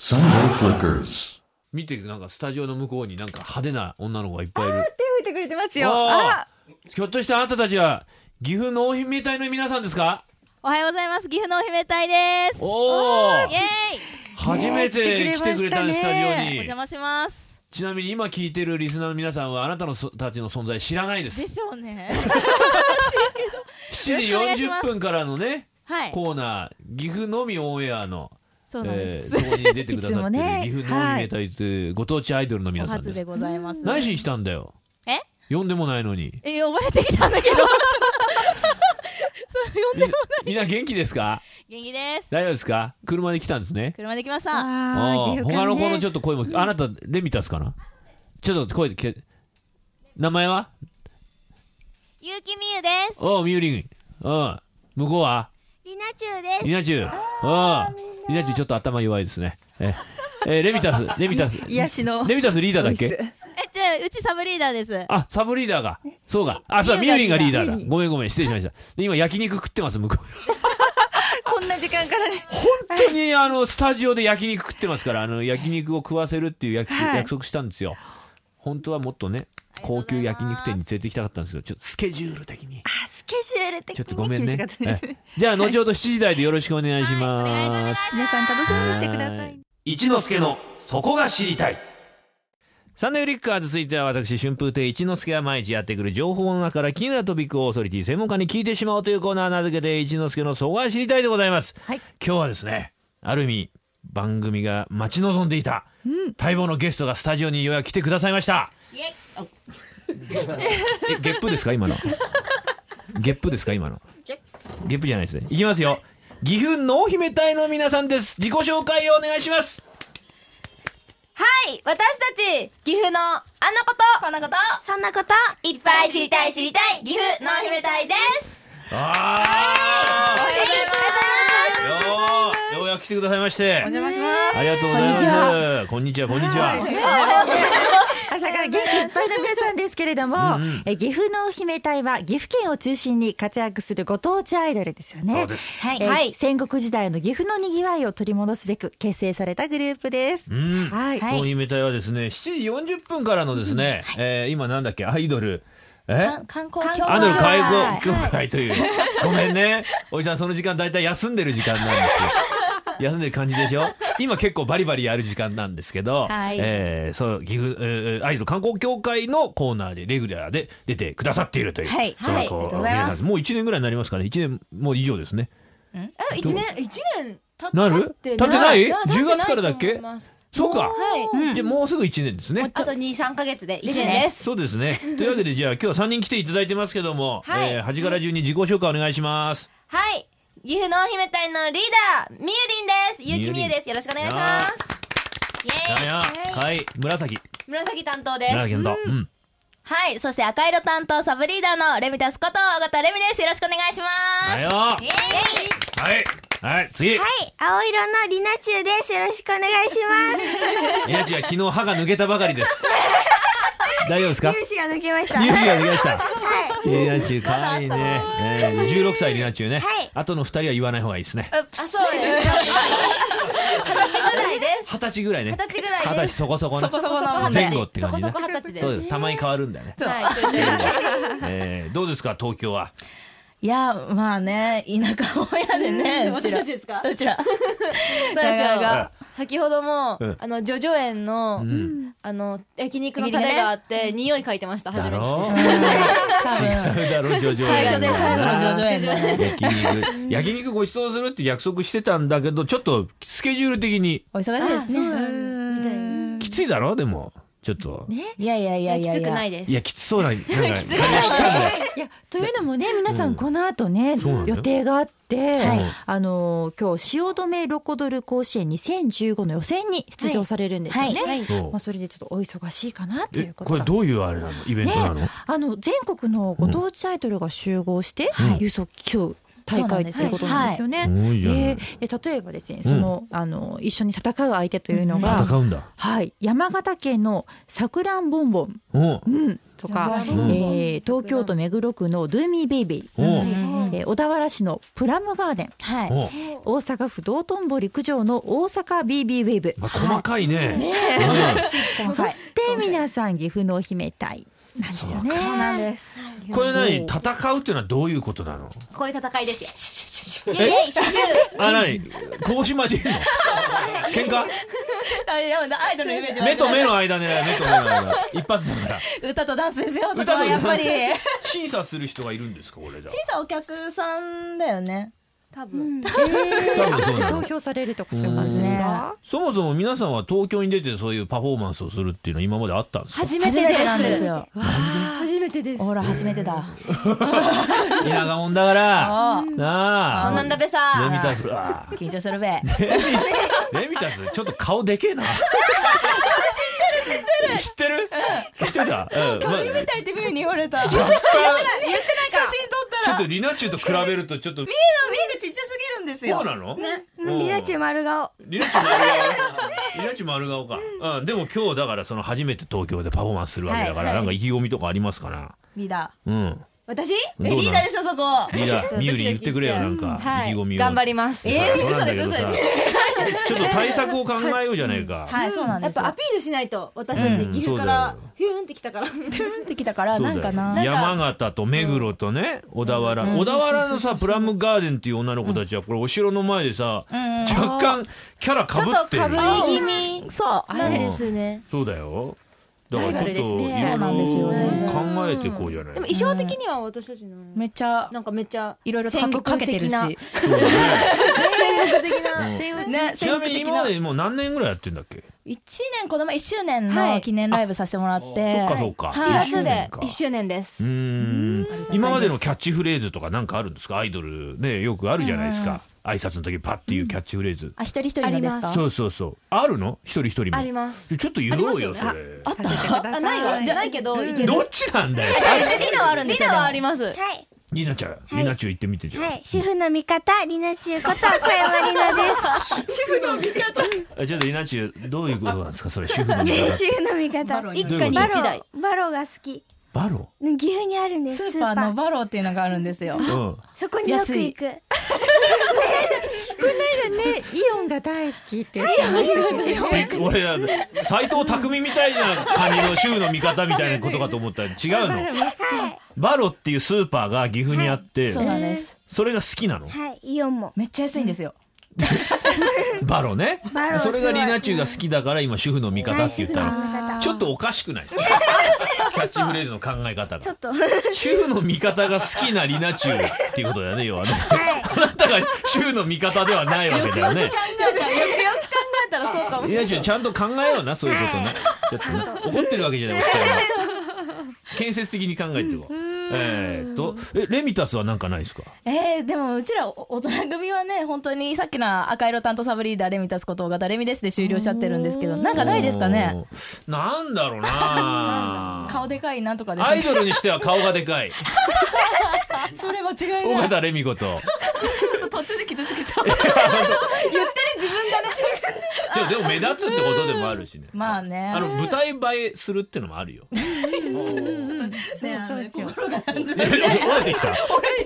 Sunday Flickers. 見てなんかスタジオの向こうになんか派手な女の子がいっぱいいる手振ってくれてますよ。おーあひょっとしてあなたたちは岐阜農姫隊の皆さんですからおはようございます岐阜のお姫隊ですおおイエ初めて来てくれたんですス来てくれましたタジねーイおオに邪魔しますちなみに今聞いてるリスナーの皆さんはあなたのそたちの存在知らないでですしょうね7時よろしくお願いします40分からのねはいコーナー岐阜のみオンエアのそうなんでえす、ーそこに出てくださいつっもてるね岐阜のみめたいというご当地アイドルのお皆さん初でですございます何しに来たんだよえ呼んでもないのにえ呼ばれてきたんだけどそう呼んでみんな元気ですか元気です大丈夫ですか車で来たんですね車で来ましたああー、ー岐阜他の子のちねょっと声も、あなたレミタスかなちょっと声聞け名前はゆうきみゆですおうミューリンうん向こうはりなちゅうでリナチュウうんリナチュウちょっと頭弱いですねええーレミタスレミタス癒やしのレミタスリーダーだっボイけスえじゃあうちサブリーダーですあサブリーダーがそうかあそうだミミューューリンががリリーーダダーだごめんごめん失礼しましたで今焼肉食ってます向こうこんな時間からね。本当にあのスタジオで焼肉食ってますからあの焼肉を食わせるっていう約束,、はい約束したんですよ本当はもっとね高級焼肉店に連れて行きたかったんですけどちょっとスケジュール的にあ、スケジュール的ちょっとごめにん厳しねかったです。えじゃあ後ほど7時台でよろしくお願いします、はいお願いします皆さん楽しみにしてくだはさいい。一之輔のそこが知りたいサンデーフリッカーズ続いては私春風亭一之輔が毎日やってくる情報の中から気になるトピックをオーソリティ専門家に聞いてしまおうというコーナー名付けて一之輔のそこが知りたいでございます、はい今日はですねある意味番組が待ち望んでいた、待望のゲストがスタジオにようやく来てくださいましたイエイえゲップですか今のゲップですか今のゲップじゃないですねいきますよ岐阜濃姫隊の皆さんです自己紹介をお願いしますはい私たち岐阜のあんなことこんなことそんなこといっぱい知りたい知りたい岐阜の姫隊ですあおはようございますーようようやく来てくださいましてお邪魔します。ありがとうございますこんにちはこんにちは 朝から元気いっぱいの皆さんですけれども、え岐阜のお姫隊は岐阜県を中心に活躍するご当地アイドルですよね。そうですはえー戦国時代の岐阜のにぎわいを取り戻すべく結成されたグループです。うんはい。はい濃姫隊はですね7時40分からのですね、えー今なんだっけアイドルえ観光協アイドル介護はい協会という、ごめんねおじさんその時間大体休んでる時間なんですよ休んでる感じでしょ今結構バリバリやる時間なんですけど、はいえーそう岐阜、えーアイドル観光協会のコーナーでレギュラーで出てくださっているという、はいそのはいこありがとうございます皆さんもう1年ぐらいになりますかね1年もう以上ですねあ一年一年たなる経って経ってない経って10月からだっけと思いますそうかはいうんでもうすぐ1年ですねあと2、3ヶ月で1です年ねです。そうですねというわけでじゃあ今日は3人来ていただいてますけども、はいえー端から順に自己紹介お願いしますはい。岐阜のお姫隊のリーダー、みゆりんです。ゆうきみゆです。よろしくお願いします。イやエーイ。やはい紫紫担当で紫す。のうんはい。そして赤色担当サブリーダーのレミタスこと、尾形レミです。よろしくお願いします。だよイエーイ。はい。はい、次。はい、青色のりなちゅうです。よろしくお願いします。いやじゃあ昨日歯が抜けたばかりです。大丈夫ですか粒子が抜けました。乳はい。歯が抜けました。リナチュウ、かわいいね。ね16歳リナチュウねはい。あとの2人は言わない方がいいですね。あ、そうです。二十歳ぐらいです。二十歳ぐらいね。二十歳ぐらいです二十歳そこそこね。そこそこ二十前歳後ってそ感こじねそこ。二十歳でそうす。です。たまに変わるんだよね。はいえーどうですか東京は。いや、まあね、田舎親でね、うち私ら。たうちですかちら。そうですなかなよか先ほどもうんあのジョジョ園のんあの焼肉のタレがあって匂い嗅いてました初だめてろ多分。うだろ、ジョジョ最初で最後の上場園ジョジョで。焼肉。焼肉ご馳走するって約束してたんだけど、ちょっとスケジュール的にお忙しいですね。園きついだろでもちょっと、いやいやいやいきや。。つくないいですいやきつそうななんか感じしたのよいやというのもね皆さうんんこの後ね、そうなんだよ予定があって、はいあの今日汐留ロコドル甲子園2015の予選に出場されるんですよね。はいそまあ、うそれでちょっとお忙しいかなといえうことこがれどういうあれなのイベントなの、あの全国のご当地アイドルが集合して、ん優勝競う大そうなん会でっすていうことなんですよね。はいはい多いじゃないえーで例えばですねその,、あの一緒に戦う相手というのが、戦うんだはい、山形県のさくらんぼんぼんおうとか、んぼんぼんえー東京都目黒区のドゥーミーベイビおうー、えー小田原市のプラムガーデンはい。おう大阪府道頓堀区上の大阪 BB ウェーブまあ細かいねそして皆さん岐阜のお姫隊なんですよね。なんです。うんこれ何戦うっていうのはどういうことなのこういう戦いですよ。イェイイェイシュシュあ何格子交えんの喧嘩あいやアイドルのイメージは目と目の間狙い目と目の間一発だから歌とダンスですよ。そこはやっぱり。審査する人がいるんですかこれじゃ小さいお客さんだよね。多分。あ多分そうな投の票されるとかしますね。そもそも皆さんは東京に出てそういうパフォーマンスをするっていうのは今まであったんですか初め初てめでてなんですす。よ。初めてです。ほら、初めてだ。田舎もんだからあなあそんなんだべさ。レミタスあ緊張するべ。ーレミタスちょっと顔でけえな知ってる知ってる知ってるだうんまあ初めてってミュウに言われた。写真撮っ若干ちたょっとら、ミュウのリナチュと比べるとちょっと目がちっちゃすぎるんですそうよ。なのうんリナチュ丸顔。リナチュ丸顔リナチュ丸顔か、うん、でも今日だからその初めて東京でパフォーマンスするわけだから、はいはいなんか意気込みとかありますかなリーダうん私ー。え、どうリーダーでしょ、そこ。リーダーみゆり言ってくれよなんかは意い気込みを、頑張ります。さえーそうなんだけどさ嘘ちょっと対策を考えようじゃないか、はい、そうなんやでっすよ。ぱアピールしないと私たうちん岐阜からそうだヒューンってきたから。ピュンってきたから、そうなだよんかな。山形と目黒とね小田原、小田原のさプラムガーデンっていう女の子たちはこれお城の前でさ、若干キャラかぶってちょっとる被り気味そう。なんですね。そうだよだからちょっといろライバルでいすねそうなんですよろね考えてこうじゃないでも衣装的には私たちのめっちゃ、なんかめっちゃいろいろか戦け国かけてる的し。なね、そうだね戦国的なちなみに今まなでもう何年ぐらいやってんだっけ1年この前1周年はのい記念ライブさせてもらっそて、っかそっか7月で1 1周年でうす。ーん今までのキャッチフレーズとかなんかあるんですかアイドルねよくあるじゃないですか挨拶の時パッていうキャッチフレーズあ一人一人のですかそうそうそうあるの一人一人もあります。ちょっと言おうよそれあったあないわ。じゃないけどいける。どっちなんだよリナはあるんですリよナはあでります。はい。りなちゃんりなちゅう言ってみてじはゃい。主婦の味方、リナチュこと小山リナです。ああちょっとりなちゅうどういうことなんですかそれ主婦の味方 主婦の味方。も一どういうこと家に一台。バローが好き。バロ岐阜にあるんです。ススーーパパーーのバローっていうのがあるんですようんそこによく行く。ねイオンが大好きって言ってましたよねえ俺斎藤匠みたいな感じの主婦の味方みたいなことかと思ったら違うのはい。バロっていうスーパーが岐阜にあって、 そうなんですそれが好きなのはい。イオンも。めっちゃ安いんですよバロねバロそれがリナチュウが好きだから今主婦の味方って言ったの方ちょっとおかしくないですかキャッチフレーズの考え方ちょがっと。 主婦の味方が好きなリナチュウっていうことだよね要はねはい。あなたが主婦の味方ではないわけだよねだったらそうかもしれリナない。チュウちゃんと考えようなそういうことねちょっと怒ってるわけじゃないお二人は建設的に考えていこうえーっとえレミタスはなんかないですかえー、でもうちらお大人組はね本当にさっきの赤色担当サブリーダーレミタスことがレミですで終了しちゃってるんですけどなんかないですかねおーなんだろうな 顔でかいなんとかですアイねドルにしては顔がでかいそれ間違い尾ないち形レミ子とょっと途中で傷つきそう ちょでも目立つってことでもあるしねまあねあの舞台映えするってのもあるよねあのね心がなんか折れてき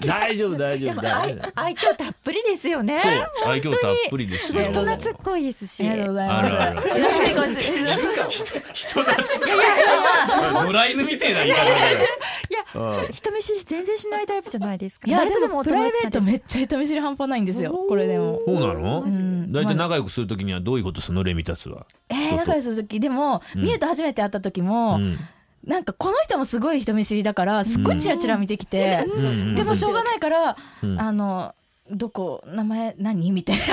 た大丈夫大丈夫大丈夫愛嬌たっぷりですよねそう愛嬌たっぷりですよ大人っこいですしありがとうございあまするあるある懐かしい人懐っこい 野良犬みてえな言い方だよいやうん人見知り全然しないタイプじゃないですかいや誰でともおプラ友イ達ベートめっちゃ人見知り半端ないんですよこれでもそうなのん大体仲良くするときにはどういうことするのレミタスはえ人とー、仲良くする時でも、うんミュウと初めて会った時うも、んなんかこの人もすごい人見知りだからすっごいチラチラ見てきて、うんうんでもしょうがないから、うんあのどこ名前何みたいなみ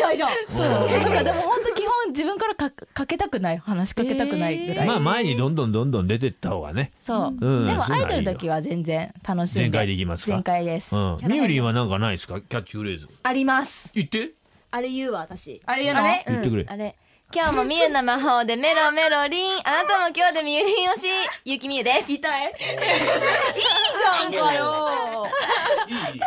たいじゃん。そうだ からでも本当基本自分からかかけたくない話しかけたくないぐらい、まあ前にどんどんどんどん出てった方がねそう、うんでもそんアなイんいドいよルだけは全然楽しんで全開でいきますか全開です、うんみゆりんはなんかないですかキャッチフレーズあります。言ってあれ言うわ私。あれ言うの言ってくれあれ。今日もみゆの魔法でメロメロリン。あなたも今日でみゆりん推し、ゆきみゆです。痛い。なんかよ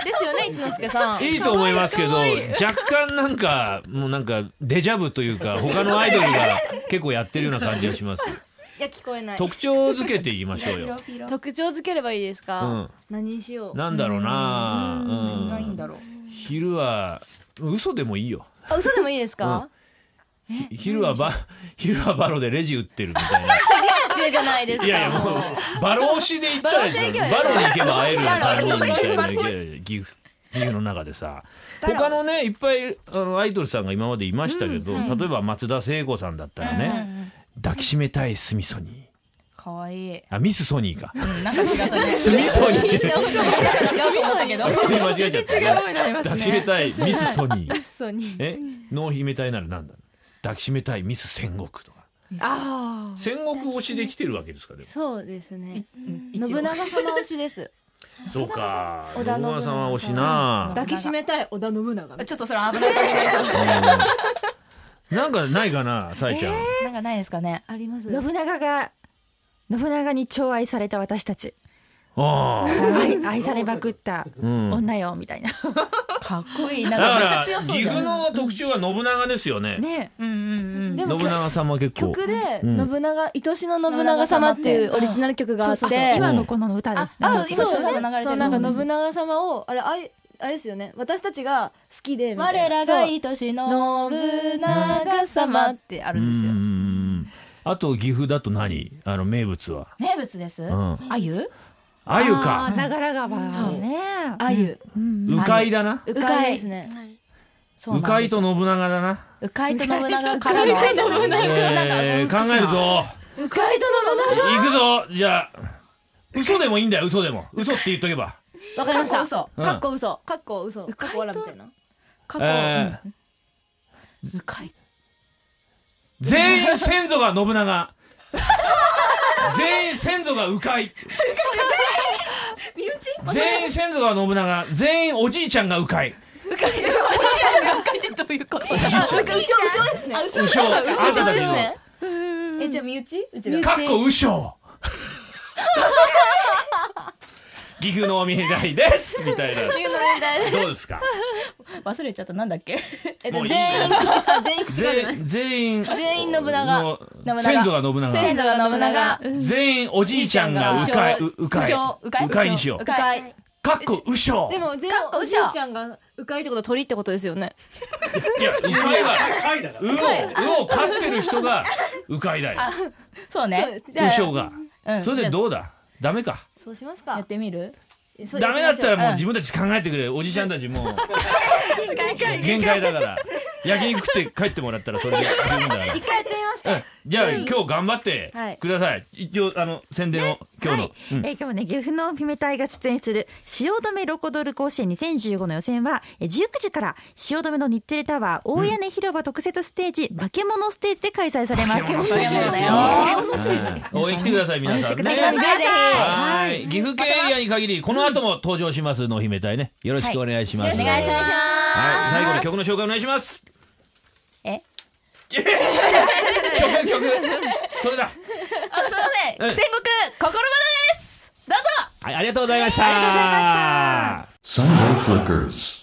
ですよね、一之輔さん。いいと思いますけど若干なんかもうなんかデジャブというか他のアイドルが結構やってるような感じがしますいや、聞こえない。特徴づけていきましょうよ、特徴づければいいですうかん、何にしよう。なんだろうなうんないんだろう。昼は嘘でもいいよあ、嘘でもいいですかひ昼はバ昼はバロでレジ売ってるみたい な中じゃないですか。いやいやもうバロ推しで行ったらいいですよバロに行けば会える3人みたいな岐阜岐阜の中でさ他のねいっぱいあのアイドルさんが今までいましたけど、例えば松田聖子さんだったらね、抱きしめたいスミソニーかわいい。あミスソニーかうんなんか違ったね。スミソニー違うと思っ たけど。普通 に間違えちゃった、になりま抱きしめたいミスソニー嘘に。え納姫隊ならなんだ抱きしめたいミス戦国とかあ戦国推しできてるわけですかでもそうですね。信信長様推しです。そうか織信田信長長さん様推しな 抱きしめたい織田信長。ちょっとそれ危ないかもしれないですうんなんかないかなさえちゃん、なんかないです かね。あります。信長が信長に寵愛された私たちああ愛 愛されまくったうん女よみたいなかっこいい。なだんかめっちゃか強らそう岐じゃ阜ん。の特徴は信長ですよねねうんうんうん。でも信長様結構曲で、うん信長、愛しの信長様っていうオリジナル曲があって、今のこの歌ですねあそう今ちょうど流れてるそうなんか信長様をあれあいあれですよね私たちが好きでみたいな我らがそう愛しの信長様ってあるうんんでうんすうよ。んあと岐阜だと何あの名物は名物です。んあゆ。あゆあか長良川そうねあゆうかいだなうかいですねそうなんですかいと信長だなうかいと信長からの。うかいと信えー考える。ぞうかいと行くぞじゃあ嘘でもいいんだよ嘘でも嘘って言っとけばのわかりましかたっこ嘘うんかっこ嘘かっこ嘘うかかいっとこらみたいな過去。えうかい。全員先祖が信長 全員先祖が鵜飼全員先祖が信長全員おじいちゃんが鵜飼 ってどういうこと。おじいちゃんうしょうしょですね鵜匠あうなしょたたうちですのねえ、じゃあ、身内。うちら。かっこ鵜匠岐阜のお見合いですみたいないうのみたいどうですか忘れちゃった、なんだっけ。 えっもとういい全員口あ全員口がじゃない全全員全員信長の長先祖が信先長祖が信長全員おじいちゃんが鵜飼鵜うし飼ょうかい。鵜飼にしようううかかい。いかっこ鵜匠でも全員かっこおうじしょいちゃんがうかいってことは鳥ってことですよねいや、鵜飼は、鵜を、鵜を飼ってる人が、鵜飼だよ。そうね。じ鵜ゃ匠が。あ。うんそれでどうだダメか。そうしますやかってみる。そうダメだったらもううん自分たち考えてくれ。おじちゃんたちもう、限界だから。焼肉食って帰ってもらったらそれで十分だから。一回やってみますうんじゃあ今日頑張ってはいください。一応、あの、宣伝を、今日はのい。、えー今日ね岐阜の姫隊が出演する汐留ロコドル甲子園2015の予選はえー19時から汐留の日テレタワー大屋根広場特設ステージ、化け物ステージで開催されます。物ステージですようん応援来てください、皆さん。応援してくださいねぜひはい。岐阜県エリアに限り、この後も登場します、の姫隊ね。よろしくお願いします。お願いしますはい、最後に曲の紹介お願いします。ええ曲曲それだ。あ、すいませうん。ん戦国心花です。どうぞ。はい、ありがとうございました。 Sunday Flickers.